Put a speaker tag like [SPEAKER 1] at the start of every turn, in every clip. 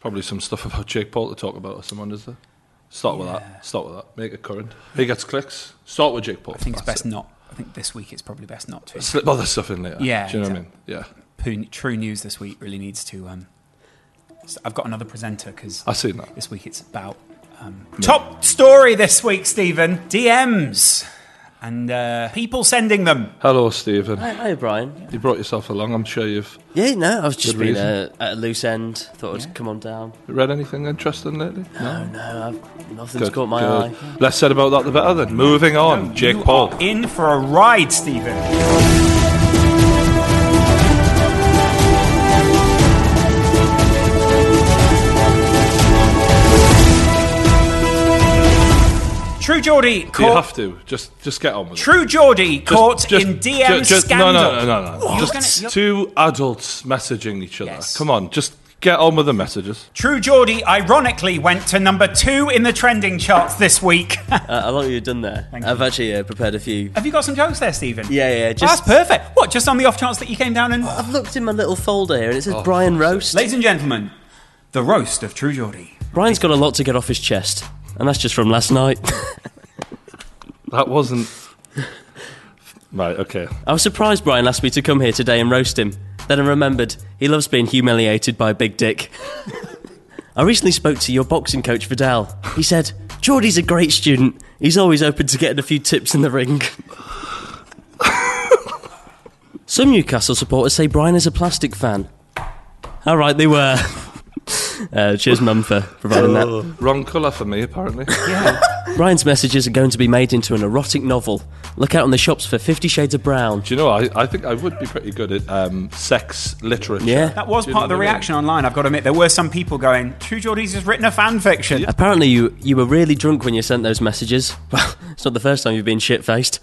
[SPEAKER 1] Probably some stuff about Jake Paul to talk about or someone, is there? Start with
[SPEAKER 2] Yeah.
[SPEAKER 1] that. Start with that. Make it current. Who gets clicks? Start with Jake Paul.
[SPEAKER 2] I think it's
[SPEAKER 1] That's
[SPEAKER 2] best
[SPEAKER 1] it.
[SPEAKER 2] not. I think this week it's probably best not to.
[SPEAKER 1] Slip other stuff in later.
[SPEAKER 2] Yeah,
[SPEAKER 1] Do you know what I mean? Yeah.
[SPEAKER 2] Poo- True news this week really needs to. Um, s- I've got another presenter because
[SPEAKER 1] I've seen that.
[SPEAKER 2] this week it's about um, top story this week, Stephen. DMs and uh, people sending them.
[SPEAKER 1] Hello, Stephen.
[SPEAKER 3] Hi, hi, Brian.
[SPEAKER 1] You brought yourself along. I'm sure you've
[SPEAKER 3] Yeah, no, I was just
[SPEAKER 1] Good
[SPEAKER 3] being
[SPEAKER 1] reason.
[SPEAKER 3] uh, at a loose end. Thought I'd come on down.
[SPEAKER 1] read anything interesting lately.
[SPEAKER 3] No, no, I've, nothing's caught my eye.
[SPEAKER 1] Less said about that, the better. Then moving on, Jake
[SPEAKER 2] You
[SPEAKER 1] Paul.
[SPEAKER 2] are in for a ride, Stephen. True Geordie
[SPEAKER 1] Do you
[SPEAKER 2] caught
[SPEAKER 1] have to just just get on with it?
[SPEAKER 2] True Geordie
[SPEAKER 1] Just-
[SPEAKER 2] caught
[SPEAKER 1] just-
[SPEAKER 2] in DM
[SPEAKER 1] ju- just,
[SPEAKER 2] scandal.
[SPEAKER 1] No, no, no, no, no.
[SPEAKER 2] You're
[SPEAKER 1] Just
[SPEAKER 2] gonna- you're-
[SPEAKER 1] two adults messaging each other.
[SPEAKER 2] Yes.
[SPEAKER 1] Come on, just get on with the messages.
[SPEAKER 2] True Geordie ironically went to number two in the trending charts this week.
[SPEAKER 3] Uh, I like what you've done there.
[SPEAKER 2] Thank
[SPEAKER 3] I've
[SPEAKER 2] you.
[SPEAKER 3] actually uh, prepared a few.
[SPEAKER 2] Have you got some jokes there, Stephen?
[SPEAKER 3] Yeah, yeah, just-
[SPEAKER 2] that's perfect. What? Just on the off chance that you came down and,
[SPEAKER 3] I've looked in my little folder here, and it
[SPEAKER 1] Oh,
[SPEAKER 3] says Brian roast.
[SPEAKER 2] ladies and gentlemen, the roast of True Geordie.
[SPEAKER 3] Brian's got a lot to get off his chest, and that's just from last night.
[SPEAKER 1] That wasn't right. Okay,
[SPEAKER 3] I was surprised Brian asked me to come here today and roast him. Then I remembered he loves being humiliated by a big dick. I recently spoke to your boxing coach Vidal. He said, Geordie's a great student. He's always open to getting a few tips in the ring. Some Newcastle supporters say Brian is a plastic fan. All right, they were. Uh, cheers, Mum, for providing that.
[SPEAKER 1] wrong colour for me apparently.
[SPEAKER 3] Brian's messages are going to be made into an erotic novel. Look out in the shops for Fifty Shades of Brown.
[SPEAKER 1] Do you know? I, I think I would be pretty good at um, sex literature.
[SPEAKER 3] Yeah.
[SPEAKER 2] That was
[SPEAKER 1] Do you
[SPEAKER 2] part of
[SPEAKER 1] know
[SPEAKER 2] the
[SPEAKER 1] what I mean?
[SPEAKER 2] reaction online. I've got to admit, there were some people going, "True Geordie's has written a fan fiction."
[SPEAKER 3] Apparently, you you were really drunk when you sent those messages. Well, it's not the first time you've been shit faced.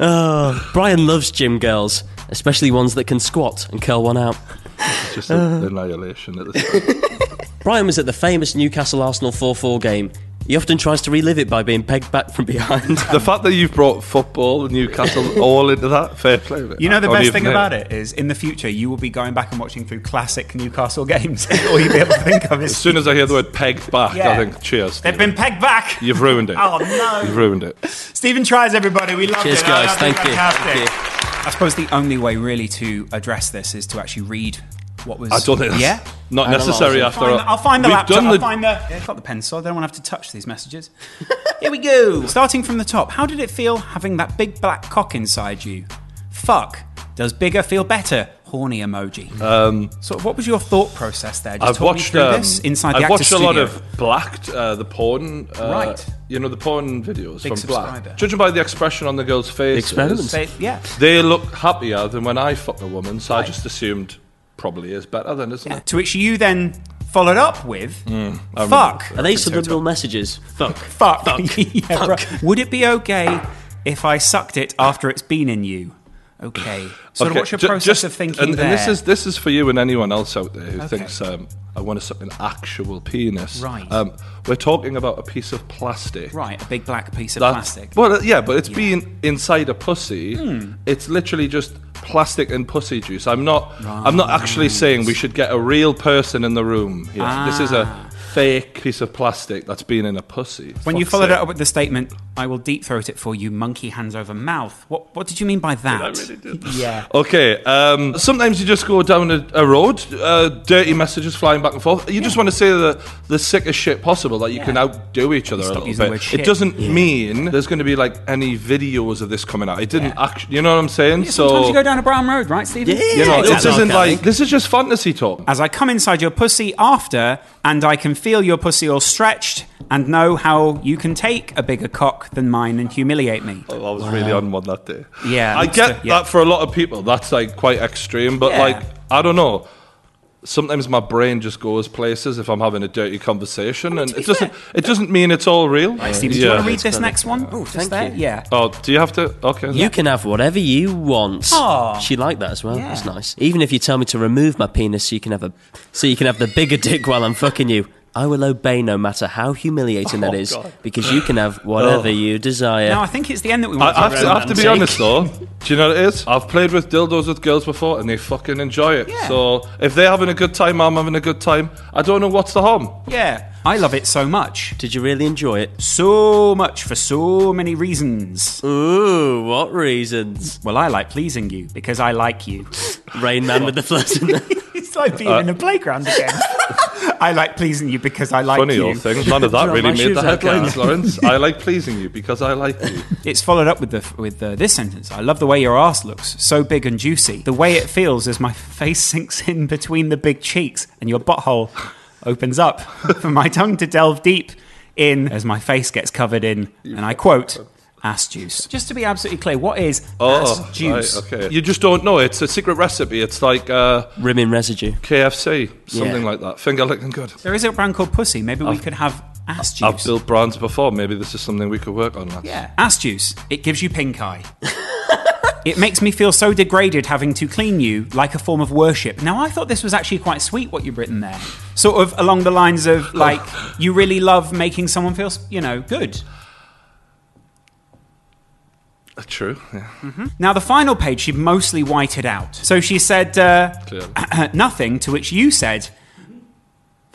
[SPEAKER 3] oh, Brian loves gym girls, especially ones that can squat and curl one out.
[SPEAKER 1] It's just
[SPEAKER 2] Uh-huh.
[SPEAKER 1] an annihilation at this. Point.
[SPEAKER 3] Brian was at the famous Newcastle Arsenal 4 4 game. He often tries to relive it by being pegged back from behind.
[SPEAKER 1] the fact that you've brought football, Newcastle, all into that, fair play. mate.
[SPEAKER 2] You know the
[SPEAKER 1] Don't
[SPEAKER 2] best
[SPEAKER 1] even
[SPEAKER 2] thing
[SPEAKER 1] know.
[SPEAKER 2] about it is, in the future, you will be going back and watching through classic Newcastle games. All you'll be able to think of is
[SPEAKER 1] As soon as I hear the word pegged back,
[SPEAKER 2] Yeah.
[SPEAKER 1] I think cheers.
[SPEAKER 2] they've
[SPEAKER 1] Stephen.
[SPEAKER 2] been pegged back.
[SPEAKER 1] You've ruined it.
[SPEAKER 2] Oh no!
[SPEAKER 1] You've ruined it.
[SPEAKER 2] Stephen tries, everybody. We love
[SPEAKER 3] Cheers,
[SPEAKER 2] it.
[SPEAKER 3] guys.
[SPEAKER 2] Oh, that'd be
[SPEAKER 3] Thank you.
[SPEAKER 2] fantastic.
[SPEAKER 3] Thank
[SPEAKER 2] I suppose the only way really to address this is to actually read what was.
[SPEAKER 1] I don't think that's
[SPEAKER 2] Yeah.
[SPEAKER 1] not
[SPEAKER 3] Analyse
[SPEAKER 1] necessary
[SPEAKER 3] it.
[SPEAKER 1] after
[SPEAKER 2] Find
[SPEAKER 1] all.
[SPEAKER 2] the- I'll find the
[SPEAKER 1] We've
[SPEAKER 2] laptop.
[SPEAKER 1] done
[SPEAKER 2] I'll
[SPEAKER 1] the-
[SPEAKER 2] find the. Yeah, I've got the pencil. I don't want to have to touch these messages. Here we go. Starting from the top. How did it feel having that big black cock inside you? Fuck. Does bigger feel better? Horny emoji. Um, so, what was your thought process there? Just
[SPEAKER 1] I've
[SPEAKER 2] talk me
[SPEAKER 1] watched
[SPEAKER 2] through
[SPEAKER 1] um,
[SPEAKER 2] this inside the
[SPEAKER 1] I've
[SPEAKER 2] actor's
[SPEAKER 1] watched a lot
[SPEAKER 2] studio.
[SPEAKER 1] of Blacked, uh, the porn. Uh,
[SPEAKER 2] Right.
[SPEAKER 1] You know the porn videos
[SPEAKER 2] Big
[SPEAKER 1] from
[SPEAKER 2] subscriber.
[SPEAKER 1] Black. Judging by the expression on the girl's face,
[SPEAKER 3] experiments.
[SPEAKER 2] Say- yeah.
[SPEAKER 1] they look happier than when I fuck a woman. So I just assumed probably is better than isn't it?
[SPEAKER 2] To which you then followed up with,
[SPEAKER 1] Hmm,
[SPEAKER 2] fuck.
[SPEAKER 3] Are they subliminal messages? Fuck.
[SPEAKER 2] Fuck. Yeah, right. Would it be okay if I sucked it after it's been in you? Okay. So
[SPEAKER 1] Okay,
[SPEAKER 2] what's your
[SPEAKER 1] ju-
[SPEAKER 2] process
[SPEAKER 1] just-
[SPEAKER 2] of thinking
[SPEAKER 1] and,
[SPEAKER 2] there?
[SPEAKER 1] and this is this is for you and anyone else out there who
[SPEAKER 2] Okay.
[SPEAKER 1] thinks um, I want to suck an actual penis.
[SPEAKER 2] Right.
[SPEAKER 1] Um, we're talking about a piece of plastic.
[SPEAKER 2] right, a big black piece of
[SPEAKER 1] That's-
[SPEAKER 2] plastic. Hmm.
[SPEAKER 1] Well, uh, yeah, but it's being inside a pussy. It's literally just plastic and pussy juice. I'm not. I'm not actually saying we should get a real person in the room. Here. This is a fake piece of plastic that's been in a pussy.
[SPEAKER 2] Ah. when you
[SPEAKER 1] Fuck's
[SPEAKER 2] followed it
[SPEAKER 1] sake.
[SPEAKER 2] up with the statement, I will deep throat it for you, monkey hands over mouth. What what did you mean by that? Yeah.
[SPEAKER 1] Okay. Um, sometimes you just go down a, a road, uh, dirty messages flying back and forth. You just want to say the the sickest shit possible that you can outdo each other
[SPEAKER 2] Stop
[SPEAKER 1] a
[SPEAKER 2] using the
[SPEAKER 1] little
[SPEAKER 2] word
[SPEAKER 1] bit.
[SPEAKER 2] shit.
[SPEAKER 1] It doesn't mean there's going to be like any videos of this coming out. It didn't actually. You know what I'm saying?
[SPEAKER 2] Sometimes
[SPEAKER 1] so
[SPEAKER 2] you go down a brown road, right, Stephen?
[SPEAKER 3] Yeah.
[SPEAKER 1] You know,
[SPEAKER 3] Exactly.
[SPEAKER 1] this isn't
[SPEAKER 3] Okay.
[SPEAKER 1] like this is just fantasy talk.
[SPEAKER 2] As I come inside your pussy after, and I can feel your pussy all stretched, and know how you can take a bigger cock than mine and humiliate me.
[SPEAKER 1] I was really on one that day.
[SPEAKER 2] Yeah,
[SPEAKER 1] I
[SPEAKER 2] that's
[SPEAKER 1] get
[SPEAKER 2] the- yeah.
[SPEAKER 1] that for a lot of people. That's like quite extreme, but
[SPEAKER 2] Yeah.
[SPEAKER 1] like I don't know. Sometimes my brain just goes places if I'm having a dirty conversation, and
[SPEAKER 2] to be
[SPEAKER 1] it doesn't.
[SPEAKER 2] fair- uh,
[SPEAKER 1] It doesn't mean it's all real.
[SPEAKER 2] Stephen, do you want to read this next one? Oh,
[SPEAKER 3] thank you.
[SPEAKER 2] Yeah.
[SPEAKER 1] Oh, do you have to? Okay.
[SPEAKER 3] You can have whatever you want.
[SPEAKER 2] Aw.
[SPEAKER 3] She liked that as well.
[SPEAKER 2] Yeah.
[SPEAKER 3] That's nice. Even if you tell me to remove my penis, so you can have a, so you can have the bigger dick while I'm fucking you. I will obey no matter how humiliating that
[SPEAKER 1] Oh,
[SPEAKER 3] is,
[SPEAKER 1] God.
[SPEAKER 3] because you can have whatever
[SPEAKER 1] Oh.
[SPEAKER 3] you desire.
[SPEAKER 2] No, I think it's the end that we
[SPEAKER 1] I,
[SPEAKER 2] want
[SPEAKER 1] I, have to, I have to be honest
[SPEAKER 3] romantic.
[SPEAKER 1] though. Do you know what it is? I've played with dildos with girls before, and they fucking enjoy it.
[SPEAKER 2] Yeah.
[SPEAKER 1] So if they're having a good time, I'm having a good time. I don't know what's the harm.
[SPEAKER 2] Yeah. I love it so much.
[SPEAKER 3] Did you really enjoy it?
[SPEAKER 2] So much for so many reasons.
[SPEAKER 3] Ooh, what reasons?
[SPEAKER 2] Well, I like pleasing you because I like you.
[SPEAKER 3] Rain Man with the floods.
[SPEAKER 2] it's like
[SPEAKER 1] Uh,
[SPEAKER 2] being in a playground again. I like pleasing you because I like
[SPEAKER 1] Funny
[SPEAKER 2] you.
[SPEAKER 1] old thing. None of that
[SPEAKER 3] Drop
[SPEAKER 1] really
[SPEAKER 3] my
[SPEAKER 1] made the
[SPEAKER 3] shoes out,
[SPEAKER 1] headlines, Lawrence. I like pleasing you because I like you.
[SPEAKER 2] It's followed up with the with the, this sentence. I love the way your ass looks, so big and juicy. The way it feels as my face sinks in between the big cheeks and your butthole opens up for my tongue to delve deep in as my face gets covered in. And I quote. Ass juice. Just to be absolutely clear, what is
[SPEAKER 1] Oh,
[SPEAKER 2] ass juice?
[SPEAKER 1] right, okay. You just don't know. It's a secret recipe. It's like uh,
[SPEAKER 3] Rimming residue.
[SPEAKER 1] KFC, something
[SPEAKER 3] Yeah.
[SPEAKER 1] like that. Finger licking good.
[SPEAKER 2] There is a brand called Pussy. Maybe we could have ass juice.
[SPEAKER 1] I've built brands before. Maybe this is something we could work on. lads.
[SPEAKER 2] Yeah. Ass juice. It gives you pink eye. it makes me feel so degraded having to clean you like a form of worship. Now, I thought this was actually quite sweet what you've written there. Sort of along the lines of like, you really love making someone feel, you know, good.
[SPEAKER 1] Uh, True. Yeah.
[SPEAKER 3] Mm.
[SPEAKER 2] Now, the final page, she mostly whited out. So she said uh,
[SPEAKER 1] Clearly.
[SPEAKER 2] nothing, to which you said,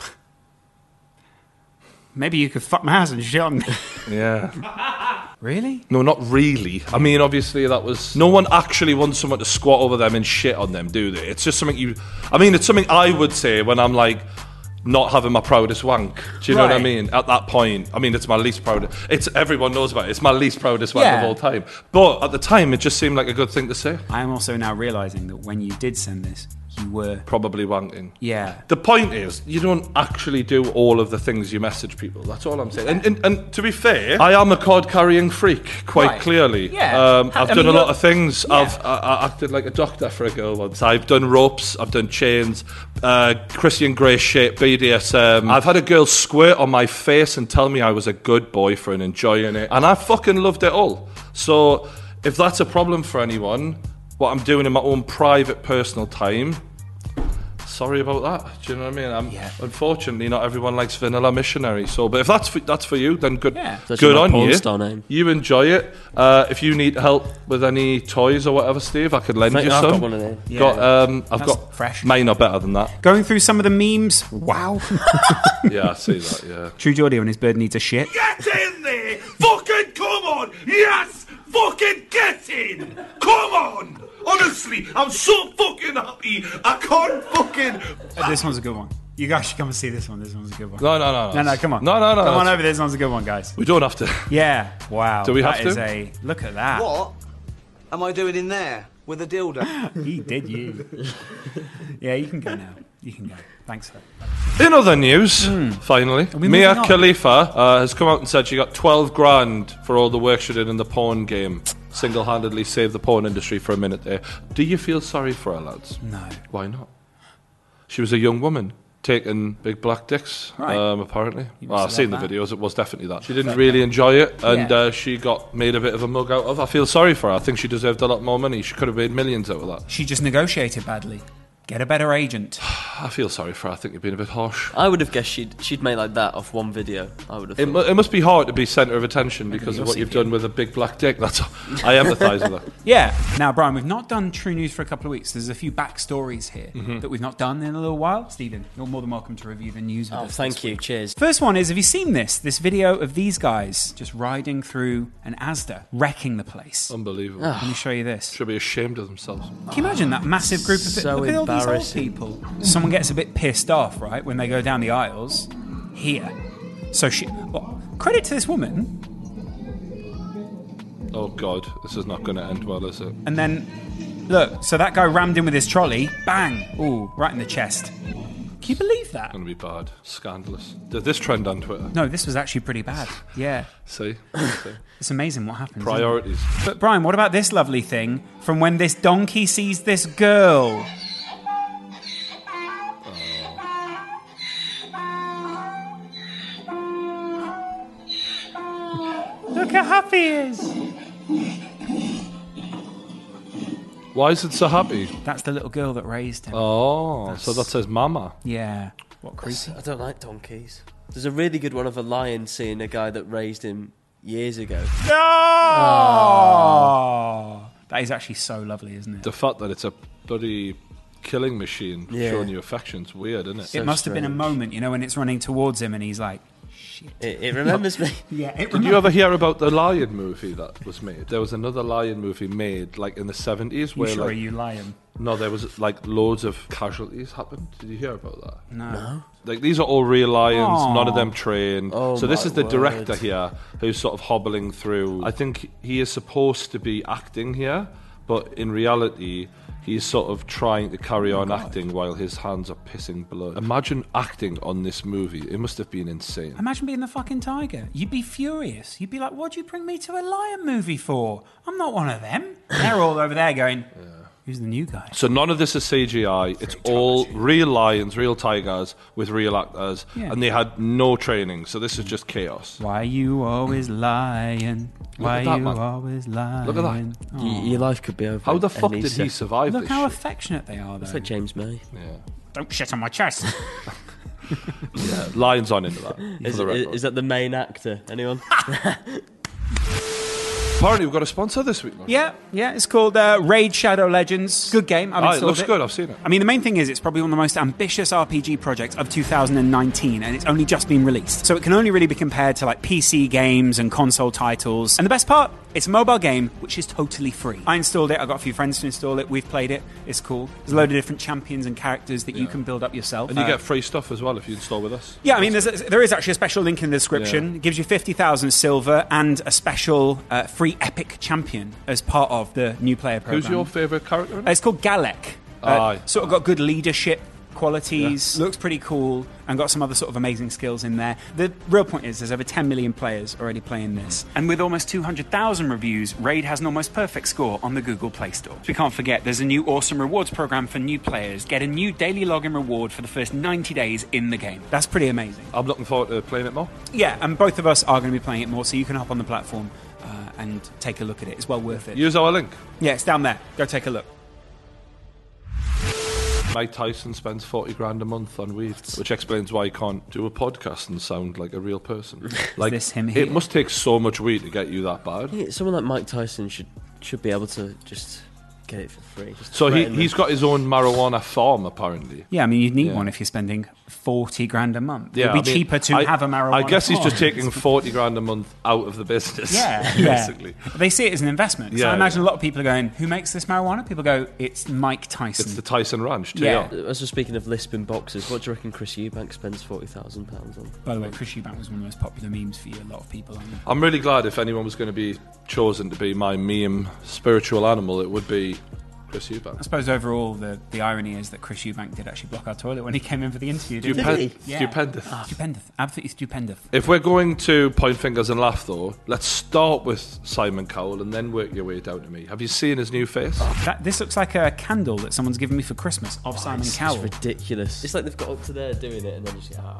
[SPEAKER 2] Maybe you could fuck my ass and shit on me.
[SPEAKER 1] Yeah.
[SPEAKER 2] Really?
[SPEAKER 1] No, not really. I mean, obviously, that was. No one actually wants someone to squat over them and shit on them, do they? It's just something you. I mean, it's something I would say when I'm like not having my proudest wank. Do you know what I
[SPEAKER 2] Right.
[SPEAKER 1] mean? At that point, I mean, it's my least proudest. It's everyone knows about it. It's my least proudest wank
[SPEAKER 2] Yeah.
[SPEAKER 1] of all time. But at the time, it just seemed like a good thing to say.
[SPEAKER 2] I am also now realizing that when you did send this, you were.
[SPEAKER 1] Probably wanking.
[SPEAKER 2] Yeah.
[SPEAKER 1] The point is, you don't actually do all of the things you message people. That's all I'm saying. And, and, and to be fair, I am a card carrying freak, quite
[SPEAKER 2] Right.
[SPEAKER 1] clearly.
[SPEAKER 2] Yeah.
[SPEAKER 1] Um,
[SPEAKER 2] Ha-
[SPEAKER 1] I've
[SPEAKER 2] I
[SPEAKER 1] done
[SPEAKER 2] mean,
[SPEAKER 1] a lot
[SPEAKER 2] you're-
[SPEAKER 1] of things.
[SPEAKER 2] Yeah.
[SPEAKER 1] I've I, I acted like a doctor for a girl once. I've done ropes, I've done chains, uh, Christian Grey shit, BDSM. I've had a girl squirt on my face and tell me I was a good boyfriend, enjoying it. And I fucking loved it all. So if that's a problem for anyone, what I'm doing in my own private personal time, sorry about that. Do you know what I mean? I'm,
[SPEAKER 2] Yeah.
[SPEAKER 1] Unfortunately, not everyone likes Vanilla Missionary. So, but if that's for, that's for you, then good,
[SPEAKER 2] Yeah.
[SPEAKER 3] That's
[SPEAKER 1] good
[SPEAKER 3] my
[SPEAKER 1] on
[SPEAKER 3] porn
[SPEAKER 1] you.
[SPEAKER 3] star name.
[SPEAKER 1] You enjoy it. Uh, if you need help with any toys or whatever, Steve, I could lend
[SPEAKER 3] Thank
[SPEAKER 1] you
[SPEAKER 3] you, I've
[SPEAKER 1] some.
[SPEAKER 3] got one of them.
[SPEAKER 1] Got, um, I've
[SPEAKER 2] That's
[SPEAKER 1] got
[SPEAKER 2] fresh.
[SPEAKER 1] Mine are better than that.
[SPEAKER 2] Going through some of the memes. Wow.
[SPEAKER 1] Yeah, I see that. Yeah.
[SPEAKER 2] True Geordie on his bird needs a shit.
[SPEAKER 4] Get in there! Fucking come on! Yes! Fucking get in! Come on! Honestly, I'm so fucking happy. I can't fucking.
[SPEAKER 2] Uh, this one's a good one. You guys should come and see this one. This one's a good one.
[SPEAKER 1] No, no, no,
[SPEAKER 2] No, no, come on.
[SPEAKER 1] No, no, no.
[SPEAKER 2] Come on
[SPEAKER 1] that's-
[SPEAKER 2] over. This one's a good one, guys.
[SPEAKER 1] We don't have to.
[SPEAKER 2] Yeah. Wow.
[SPEAKER 1] Do we
[SPEAKER 2] That
[SPEAKER 1] have
[SPEAKER 2] is
[SPEAKER 1] to?
[SPEAKER 2] a look at that.
[SPEAKER 5] What am I doing in there with a dildo?
[SPEAKER 2] He did you. yeah, you can go now. You can go. Thanks. Sir.
[SPEAKER 1] In other news, finally,
[SPEAKER 2] we
[SPEAKER 1] Mia
[SPEAKER 2] moving on?
[SPEAKER 1] Khalifa uh, has come out and said she got 12 grand for all the work she did in the porn game. Single handedly saved the porn industry for a minute there. Do you feel sorry for her, lads?
[SPEAKER 2] No.
[SPEAKER 1] Why not? She was a young woman taking big black dicks,
[SPEAKER 2] Right.
[SPEAKER 1] um, apparently. Well,
[SPEAKER 2] must
[SPEAKER 1] I've
[SPEAKER 2] have
[SPEAKER 1] seen the
[SPEAKER 2] loved that.
[SPEAKER 1] videos, it was definitely that. She didn't really enjoy it, and
[SPEAKER 2] Yeah.
[SPEAKER 1] uh, she got made a bit of a mug out of. I feel sorry for her. I think she deserved a lot more money. She could have made millions out of that.
[SPEAKER 2] She just negotiated badly. Get a better agent.
[SPEAKER 1] I feel sorry for her. I think you've been a bit harsh.
[SPEAKER 3] I would have guessed she'd she'd make like that off one video. I would have.
[SPEAKER 1] It,
[SPEAKER 3] thought.
[SPEAKER 1] mu- it must be hard to be centre of attention because
[SPEAKER 2] you're
[SPEAKER 1] of what you've
[SPEAKER 2] seeking.
[SPEAKER 1] done with a big black dick. That's I empathise with that.
[SPEAKER 2] Yeah. Now, Brian, we've not done True News for a couple of weeks. There's a few backstories here
[SPEAKER 1] Mm-hmm.
[SPEAKER 2] that we've not done in a little while. Stephen, you're more than welcome to review the news with
[SPEAKER 3] oh,
[SPEAKER 2] us
[SPEAKER 3] thank you. Cheers.
[SPEAKER 2] First one is have you seen this? This video of these guys just riding through an Asda, wrecking the place.
[SPEAKER 3] Oh
[SPEAKER 1] Unbelievable.
[SPEAKER 2] Let me show you this.
[SPEAKER 1] Ah. Should be ashamed of themselves.
[SPEAKER 2] Can you imagine that massive group of
[SPEAKER 3] So
[SPEAKER 2] look at all these old
[SPEAKER 3] embarrassing.
[SPEAKER 2] people? Someone gets a bit pissed off, right, when they go down the aisles. Here, so she. Well, credit to this woman,
[SPEAKER 1] Oh God, this is not going to end well, is it?
[SPEAKER 2] and then look. So that guy rammed in with his trolley. Bang! Ooh, right in the chest. Can you believe that?
[SPEAKER 1] Going to be bad, scandalous. Did this trend on Twitter?
[SPEAKER 2] No, this was actually pretty bad. Yeah,
[SPEAKER 1] See, See?
[SPEAKER 2] it's amazing what happens. isn't it?
[SPEAKER 1] priorities.
[SPEAKER 2] But Brian, what about this lovely thing from when this donkey sees this girl? Look how happy he is.
[SPEAKER 1] Why is it so happy?
[SPEAKER 2] That's the little girl that raised him.
[SPEAKER 1] Oh, so that says mama.
[SPEAKER 2] Yeah. What creepy?
[SPEAKER 3] I don't like donkeys. There's a really good one of a lion seeing a guy that raised him years ago.
[SPEAKER 2] No! Ah! That is actually so lovely, isn't it?
[SPEAKER 1] The fact that it's a bloody killing machine
[SPEAKER 3] Yeah.
[SPEAKER 1] showing you affection's weird, isn't it?
[SPEAKER 2] it must have been a
[SPEAKER 3] strange.
[SPEAKER 2] moment, you know, when it's running towards him and he's like,
[SPEAKER 3] It, it remembers me.
[SPEAKER 2] yeah, it
[SPEAKER 1] Did you ever hear about the Lion movie that was made? There was another Lion movie made like in the 70s where
[SPEAKER 2] sure
[SPEAKER 1] like
[SPEAKER 2] you lion?
[SPEAKER 1] no there was like loads of casualties happened. Did you hear about that? No. Like these are all real lions,
[SPEAKER 2] Aw.
[SPEAKER 1] none of them trained.
[SPEAKER 3] Oh,
[SPEAKER 1] so this
[SPEAKER 3] my
[SPEAKER 1] is the
[SPEAKER 3] word.
[SPEAKER 1] director here who's sort of hobbling through. I think he is supposed to be acting here, but in reality he's sort of trying to carry
[SPEAKER 3] Oh
[SPEAKER 1] on acting while his hands are pissing blood. Imagine acting on this movie. It must have been insane.
[SPEAKER 2] Imagine being the fucking tiger. You'd be furious. You'd be like, what'd you bring me to a lion movie for? I'm not one of them. They're all over there going, who's the new guy?
[SPEAKER 1] So none of this is CGI. It's all real lions, real tigers with real actors,
[SPEAKER 2] Yeah.
[SPEAKER 1] and they had no training. So this is just chaos.
[SPEAKER 2] Why you always lying? Why
[SPEAKER 1] at that
[SPEAKER 2] you
[SPEAKER 1] man.
[SPEAKER 2] always lying?
[SPEAKER 1] at that.
[SPEAKER 3] Y- your life could be over.
[SPEAKER 1] How the
[SPEAKER 3] at
[SPEAKER 1] fuck
[SPEAKER 3] any
[SPEAKER 1] did he
[SPEAKER 3] sec-
[SPEAKER 1] survive
[SPEAKER 2] Look
[SPEAKER 1] this?
[SPEAKER 2] how
[SPEAKER 1] shit?
[SPEAKER 2] affectionate they are,
[SPEAKER 3] It's
[SPEAKER 2] though.
[SPEAKER 3] like James May.
[SPEAKER 2] Don't shit on my chest.
[SPEAKER 1] Lions on into that. for
[SPEAKER 3] Is,
[SPEAKER 1] the
[SPEAKER 3] is,
[SPEAKER 1] record.
[SPEAKER 3] is that the main actor? Anyone?
[SPEAKER 1] Apparently, we've got a sponsor this week. man.
[SPEAKER 2] yeah, yeah. It's called uh, Raid Shadow Legends. Good game. I've
[SPEAKER 1] Ah, it
[SPEAKER 2] installed
[SPEAKER 1] looks good. I've seen it.
[SPEAKER 2] I mean, the main thing is, it's probably one of the most ambitious RPG projects of 2019, and it's only just been released. So it can only really be compared to like PC games and console titles. And the best part, it's a mobile game which is totally free. I installed it. I got a few friends to install it. We've played it. It's cool. There's a load of different champions and characters that you can build up yourself.
[SPEAKER 1] And you
[SPEAKER 2] Uh,
[SPEAKER 1] get free stuff as well if you install with us.
[SPEAKER 2] yeah, I mean, there's a, there is actually a special link in the description.
[SPEAKER 1] Yeah.
[SPEAKER 2] It gives you 50,000 silver and a special uh, free epic champion as part of the new player program.
[SPEAKER 1] Who's your favourite character? in
[SPEAKER 2] Uh,
[SPEAKER 1] it?
[SPEAKER 2] It's called Galek. Uh,
[SPEAKER 1] Aye.
[SPEAKER 2] Sort of got good leadership qualities, looks pretty cool, and got some other sort of amazing skills in there. The real point is there's over 10 million players already playing this. And with almost 200,000 reviews, Raid has an almost perfect score on the Google Play Store. We can't forget there's a new awesome rewards program for new players. Get a new daily login reward for the first 90 days in the game. That's pretty amazing.
[SPEAKER 1] I'm looking forward to playing it more.
[SPEAKER 2] Yeah, and both of us are going to be playing it more, so you can hop on the platform uh, and take a look at it. It's well worth it.
[SPEAKER 1] Use our link.
[SPEAKER 2] Yeah, it's down there. Go take a look.
[SPEAKER 1] Mike Tyson spends 40 grand a month on weed, which explains why he can't do a podcast and sound like a real person. Like
[SPEAKER 2] this him here?
[SPEAKER 1] It must take so much weed to get you that bad.
[SPEAKER 3] Yeah, Someone like Mike Tyson should should be able to just get it for free. Just
[SPEAKER 1] So he,
[SPEAKER 3] threaten them.
[SPEAKER 1] he's got his own marijuana farm, apparently.
[SPEAKER 2] Yeah, I mean, you'd need
[SPEAKER 1] Yeah.
[SPEAKER 2] one if you're spending 40 grand a month.
[SPEAKER 1] Yeah,
[SPEAKER 2] It'd be
[SPEAKER 1] I mean,
[SPEAKER 2] cheaper to
[SPEAKER 1] I-
[SPEAKER 2] have a marijuana.
[SPEAKER 1] I guess he's
[SPEAKER 2] farm.
[SPEAKER 1] just taking 40 grand a month out of the business.
[SPEAKER 2] Yeah, yeah.
[SPEAKER 1] basically.
[SPEAKER 2] They see it as an investment. so
[SPEAKER 1] Yeah,
[SPEAKER 2] I imagine
[SPEAKER 1] yeah.
[SPEAKER 2] a lot of people are going, Who makes this marijuana? People go, It's Mike Tyson.
[SPEAKER 1] It's the Tyson Ranch, too.
[SPEAKER 2] Yeah.
[SPEAKER 3] As we're speaking of lisping boxes, what do you reckon Chris Eubank spends forty thousand pounds on?
[SPEAKER 2] By the way, Chris Eubank was one of the most popular memes for you, a lot of people. aren't they?
[SPEAKER 1] I'm really glad if anyone was going to be chosen to be my meme spiritual animal, it would be Chris
[SPEAKER 2] I
[SPEAKER 1] Eubank.
[SPEAKER 2] suppose overall, the, the irony is that Chris Eubank did actually block our toilet when he came in for the interview. Didn't
[SPEAKER 1] Stupen-
[SPEAKER 3] he?
[SPEAKER 2] he? Yeah. Ah,
[SPEAKER 1] Stupendous.
[SPEAKER 2] Stupendous. Absolutely stupendous.
[SPEAKER 1] If we're going to point fingers and laugh, though, let's start with Simon Cowell and then work your way down to me. Have you seen his new face?
[SPEAKER 2] That, this looks like a candle that someone's given me for Christmas of
[SPEAKER 1] Oh,
[SPEAKER 2] Simon
[SPEAKER 3] It's,
[SPEAKER 2] Cowell.
[SPEAKER 3] it's ridiculous. It's like they've got up to there doing it, and then just ah,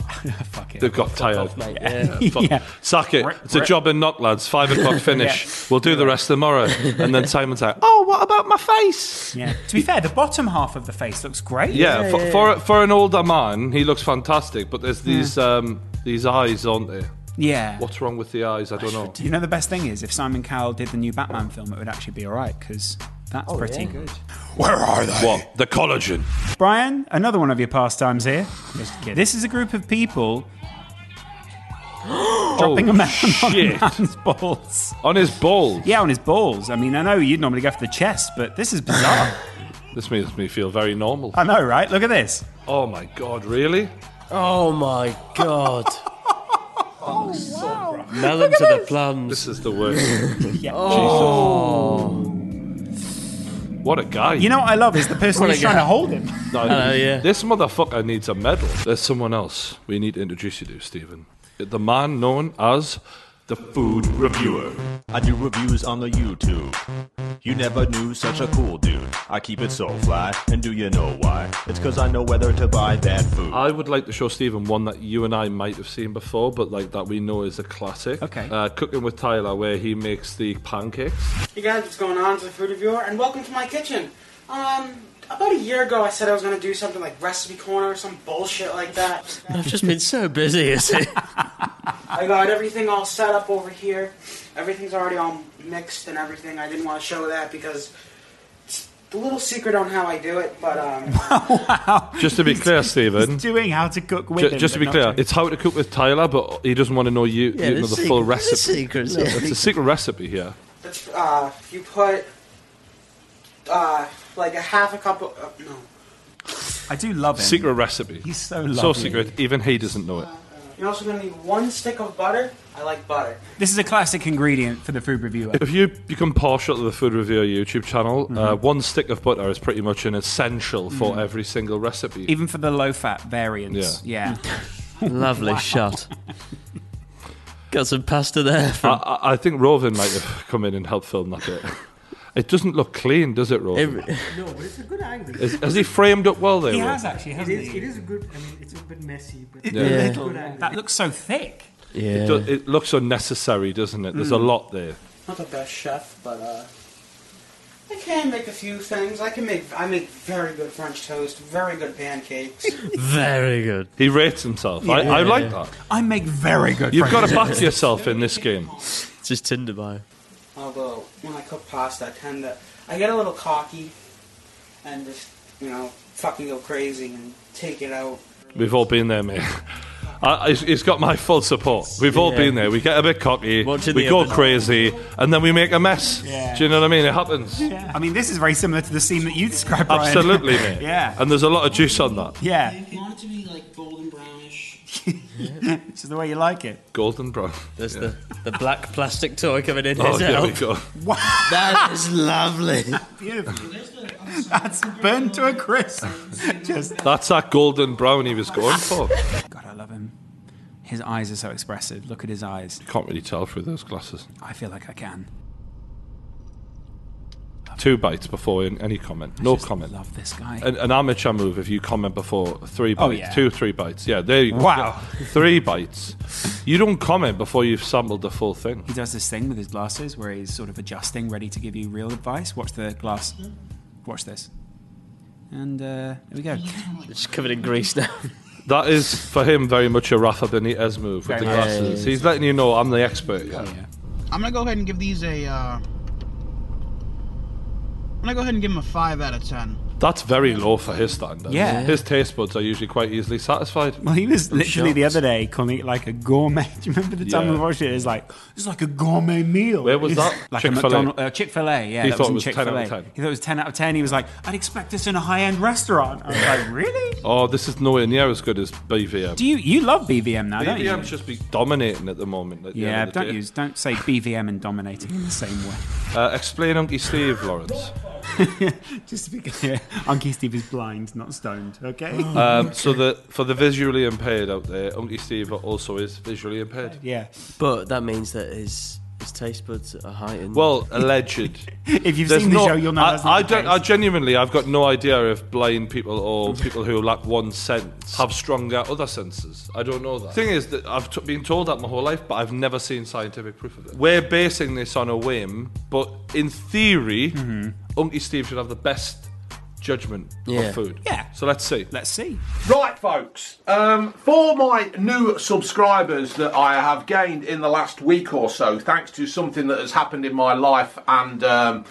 [SPEAKER 2] Fuck it.
[SPEAKER 1] They've got tired.
[SPEAKER 3] off, mate. Yeah.
[SPEAKER 1] Fuck.
[SPEAKER 2] Yeah.
[SPEAKER 1] Sack it.
[SPEAKER 2] Rip,
[SPEAKER 1] It's a
[SPEAKER 2] rip.
[SPEAKER 1] job in knock, lads. Five o'clock finish. We'll do the rest tomorrow. And then Simon's like, oh, what about my face?
[SPEAKER 2] Yeah. To be fair, the bottom half of the face looks great.
[SPEAKER 1] Yeah, for, for for an older man, he looks fantastic. But there's
[SPEAKER 2] Hmm.
[SPEAKER 1] these um, these eyes, aren't there?
[SPEAKER 2] Yeah.
[SPEAKER 1] What's wrong with the eyes? I don't know.
[SPEAKER 2] You know the best thing is if Simon Cowell did the new Batman film, it would actually be all right because
[SPEAKER 1] Oh,
[SPEAKER 2] that's pretty good.
[SPEAKER 1] Where are they? What? The collagen.
[SPEAKER 2] Brian, another one of your pastimes here. This is a group of people dropping
[SPEAKER 1] oh,
[SPEAKER 2] a man
[SPEAKER 1] shit.
[SPEAKER 2] on his balls.
[SPEAKER 1] On his balls.
[SPEAKER 2] Yeah, on his balls. I mean, I know you'd normally go for the chest, but this is bizarre.
[SPEAKER 1] This makes me feel very normal.
[SPEAKER 2] I know, right? Look at this.
[SPEAKER 1] Oh my god, really?
[SPEAKER 3] Oh my god. Melon to the plums.
[SPEAKER 1] This is the worst. Oh.
[SPEAKER 2] Yeah.
[SPEAKER 1] What a guy.
[SPEAKER 2] You know uh, what I love is the person who's trying to hold him.
[SPEAKER 1] No,
[SPEAKER 3] Hello, yeah.
[SPEAKER 1] This motherfucker needs a medal. There's someone else we need to introduce you to, Stephen. The man known as the
[SPEAKER 6] Food Reviewer. I do reviews on the YouTube. You never knew such a cool dude. I keep it so fly, and do you know why? It's cause I know whether to buy that food.
[SPEAKER 1] I would like to show Stephen one that you and I might have seen before, but like that we know is a classic.
[SPEAKER 2] Okay.
[SPEAKER 1] Uh, Cooking with Tyler, where he makes the pancakes.
[SPEAKER 7] Hey guys, what's going on? It's the food reviewer, and welcome to my kitchen. Um, About a year ago, I said I was gonna do something like recipe corner or some bullshit like that.
[SPEAKER 3] I've just been so busy. Is it?
[SPEAKER 7] I got everything all set up over here. Everything's already all mixed and everything. I didn't want to show that because it's a little secret on how I do it. But um,
[SPEAKER 1] Just to be clear, Stephen.
[SPEAKER 2] Doing how to cook with
[SPEAKER 1] ju-
[SPEAKER 2] him,
[SPEAKER 1] just to
[SPEAKER 2] but
[SPEAKER 1] be
[SPEAKER 2] not
[SPEAKER 1] clear,
[SPEAKER 2] doing-
[SPEAKER 1] it's how to cook with Tyler, but he doesn't want to know you, you know the full recipe.
[SPEAKER 3] secrets. yeah.
[SPEAKER 1] It's a secret recipe here.
[SPEAKER 7] that's, uh, you put uh, like a half a cup of uh, no.
[SPEAKER 2] I do love him.
[SPEAKER 1] Secret recipe.
[SPEAKER 2] He's so lovely.
[SPEAKER 1] So secret, even he doesn't know it.
[SPEAKER 7] You're also gonna need one stick of butter. I like butter.
[SPEAKER 2] This is a classic ingredient for the food reviewer.
[SPEAKER 1] If you become partial to the Food Reviewer YouTube channel, uh,
[SPEAKER 2] Mm-hmm.
[SPEAKER 1] one stick of butter is pretty much an essential for every single recipe.
[SPEAKER 2] Even for the low fat variants. Yeah.
[SPEAKER 3] Lovely shot. Got some pasta there.
[SPEAKER 1] I, I- I think Roven might have come in and helped film that bit. It doesn't look clean, does it, Roven?
[SPEAKER 3] Every-
[SPEAKER 8] No, but it's a good angle.
[SPEAKER 1] Is- has he framed up well there?
[SPEAKER 2] He
[SPEAKER 1] Roven?
[SPEAKER 2] has actually,
[SPEAKER 8] It
[SPEAKER 2] hasn't
[SPEAKER 8] is,
[SPEAKER 2] he?
[SPEAKER 8] it is a good, I mean, it's a bit messy, but
[SPEAKER 2] It-
[SPEAKER 1] Yeah.
[SPEAKER 8] it's a good angle.
[SPEAKER 2] That looks so thick.
[SPEAKER 1] It,
[SPEAKER 3] yeah.
[SPEAKER 1] do- it looks unnecessary, doesn't it?
[SPEAKER 3] Mm.
[SPEAKER 1] There's a lot there.
[SPEAKER 7] Not the best chef, but uh, I can make a few things. I can make I make very good French toast, very good pancakes.
[SPEAKER 3] Very good.
[SPEAKER 1] He rates himself. I, I like that.
[SPEAKER 2] I make very good
[SPEAKER 1] You've got
[SPEAKER 2] French
[SPEAKER 1] to back yourself in this game.
[SPEAKER 3] It's his Tinder bio.
[SPEAKER 7] Although when I cook pasta, I tend to I get a little cocky and just you know fucking go crazy and take it out.
[SPEAKER 1] We've all been there, mate. I, he's- he's got my full support. We've all
[SPEAKER 3] Yeah.
[SPEAKER 1] been there. We get a bit cocky,
[SPEAKER 3] Watching
[SPEAKER 1] we
[SPEAKER 3] the
[SPEAKER 1] go
[SPEAKER 3] others.
[SPEAKER 1] crazy, and then we make a mess.
[SPEAKER 2] Yeah.
[SPEAKER 1] Do you know what I mean? It happens.
[SPEAKER 2] I mean, this is very similar to the scene that you described, Brian.
[SPEAKER 1] Absolutely, mate.
[SPEAKER 2] Yeah.
[SPEAKER 1] And there's a lot of juice on that.
[SPEAKER 2] yeah,
[SPEAKER 7] You want it to be like golden brownish.
[SPEAKER 2] which is the way you like it.
[SPEAKER 1] Golden brown.
[SPEAKER 3] There's the, the black plastic toy coming in.
[SPEAKER 1] Oh,
[SPEAKER 3] Is it
[SPEAKER 1] there we
[SPEAKER 3] help?
[SPEAKER 1] go.
[SPEAKER 3] That is lovely.
[SPEAKER 2] Beautiful. That's burned to a crisp. Just
[SPEAKER 1] That's that golden brown he was going for.
[SPEAKER 2] God, I love him. His eyes are so expressive. Look at his eyes.
[SPEAKER 1] Can't really tell through those glasses.
[SPEAKER 2] I feel like I can.
[SPEAKER 1] Two bites before in- any comment. No
[SPEAKER 2] Just
[SPEAKER 1] comment.
[SPEAKER 2] Love this guy.
[SPEAKER 1] An, an amateur move if you comment before three bites,
[SPEAKER 2] Oh, yeah.
[SPEAKER 1] two, three bites. Yeah, there you go.
[SPEAKER 2] Wow.
[SPEAKER 1] Yeah, Three bites. You don't comment before you've sampled the full thing.
[SPEAKER 2] he does this thing with his glasses where he's sort of adjusting, ready to give you real advice. Watch the glass. Watch this. And uh, there we go.
[SPEAKER 3] It's covered in grease now.
[SPEAKER 1] That is for him very much a Rafa Benitez move with
[SPEAKER 2] Very
[SPEAKER 1] the
[SPEAKER 2] much.
[SPEAKER 1] glasses. He's letting you know I'm the expert. Yeah.
[SPEAKER 2] Yeah.
[SPEAKER 9] I'm gonna go ahead and give these a. Uh, I'm gonna go ahead and give them a five out of ten.
[SPEAKER 1] That's very low for his standards.
[SPEAKER 2] Yeah.
[SPEAKER 1] His taste buds are usually quite easily satisfied.
[SPEAKER 2] Well, he was literally the
[SPEAKER 3] shocked.
[SPEAKER 2] other day calling it like a gourmet. Do you remember the time
[SPEAKER 1] Yeah.
[SPEAKER 2] we watched it? It's like it's like a gourmet meal.
[SPEAKER 1] Where was that?
[SPEAKER 2] like
[SPEAKER 1] Chick-fil-A.
[SPEAKER 2] a McDonald, uh, Chick Fil A. Yeah,
[SPEAKER 1] He
[SPEAKER 2] that
[SPEAKER 1] thought
[SPEAKER 2] was
[SPEAKER 1] it
[SPEAKER 2] in
[SPEAKER 1] was 10 out of
[SPEAKER 2] Chick-fil-A.
[SPEAKER 1] 10.
[SPEAKER 2] He thought it was ten out of ten. He was like, I'd expect this in a high end restaurant. I was like, really?
[SPEAKER 1] Oh, this is nowhere near as good as BVM.
[SPEAKER 2] Do you you love BVM now? don't you?
[SPEAKER 1] BVM's just be dominating at the moment. at the
[SPEAKER 2] Yeah,
[SPEAKER 1] end of the
[SPEAKER 2] don't
[SPEAKER 1] day.
[SPEAKER 2] use don't say BVM and dominating in the same way.
[SPEAKER 1] Uh, explain Unky Steve, Lawrence.
[SPEAKER 2] Just to be clear, Unky Steve is blind, not stoned. Okay.
[SPEAKER 1] Um, so the for the visually impaired out there, Unky Steve also is visually impaired.
[SPEAKER 2] yeah.
[SPEAKER 3] But that means that his his taste buds are heightened.
[SPEAKER 1] Well, alleged.
[SPEAKER 2] If you've
[SPEAKER 1] There's
[SPEAKER 2] seen the
[SPEAKER 1] no-
[SPEAKER 2] show, you'll know.
[SPEAKER 1] I,
[SPEAKER 2] that's not
[SPEAKER 1] I
[SPEAKER 2] the
[SPEAKER 1] don't.
[SPEAKER 2] case.
[SPEAKER 1] I genuinely, I've got no idea if blind people or people who lack one sense have stronger other senses. I don't know that. Thing is that I've t- been told that my whole life, but I've never seen scientific proof of it. We're basing this on a whim, but in theory,
[SPEAKER 2] Mm-hmm.
[SPEAKER 1] Unky Steve should have the best judgment
[SPEAKER 3] Yeah.
[SPEAKER 1] of food.
[SPEAKER 2] Yeah.
[SPEAKER 1] So let's see.
[SPEAKER 2] Let's see.
[SPEAKER 4] Right, folks. Um, for my new subscribers that I have gained in the last week or so, thanks to something that has happened in my life, and um,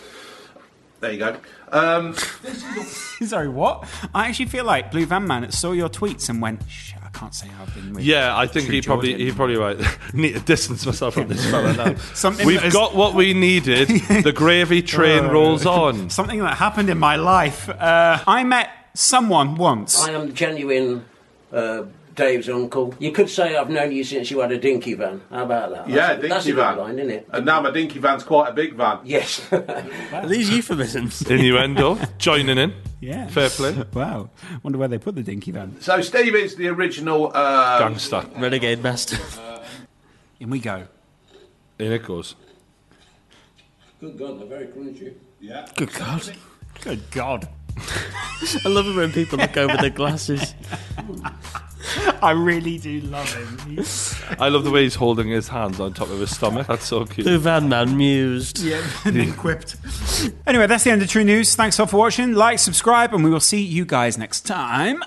[SPEAKER 4] there you go. Um,
[SPEAKER 2] Sorry, what? I actually feel like Blue Van Man saw your tweets and went, Shit, I can't say I've been with.
[SPEAKER 1] Yeah, I think
[SPEAKER 2] True
[SPEAKER 1] he probably
[SPEAKER 2] Georgian."
[SPEAKER 1] he probably right. Need to distance myself from this fella now.
[SPEAKER 2] Something that
[SPEAKER 1] We've
[SPEAKER 2] is-
[SPEAKER 1] got what we needed. The gravy train rolls on.
[SPEAKER 2] Something that happened in my life. Uh, I met someone once.
[SPEAKER 10] I am genuine uh, Dave's uncle. You could say I've known you since you had a dinky van. How about that?
[SPEAKER 4] yeah,
[SPEAKER 10] that's,
[SPEAKER 4] dinky
[SPEAKER 10] that's a good
[SPEAKER 4] van,
[SPEAKER 10] line, isn't it?
[SPEAKER 4] and now my dinky van's quite a big van.
[SPEAKER 10] Yes.
[SPEAKER 3] are these euphemisms?
[SPEAKER 1] Innuendo, joining in.
[SPEAKER 2] Yeah.
[SPEAKER 1] Fair play.
[SPEAKER 2] Wow. Wonder where they put the dinky van.
[SPEAKER 4] So Steve is the original. Uh,
[SPEAKER 1] Gangster.
[SPEAKER 3] Renegade master.
[SPEAKER 2] In we go.
[SPEAKER 1] In it goes.
[SPEAKER 10] good God, they're very crunchy.
[SPEAKER 3] Good God.
[SPEAKER 2] Good God.
[SPEAKER 3] I love it when people look over their glasses.
[SPEAKER 2] I really do love him. He's-
[SPEAKER 1] I love the way he's holding his hands on top of his stomach. That's so cute.
[SPEAKER 3] The van man mused.
[SPEAKER 2] Yeah, and then quipped. Anyway, that's the end of True News. Thanks all for watching. Like, subscribe, and we will see you guys next time.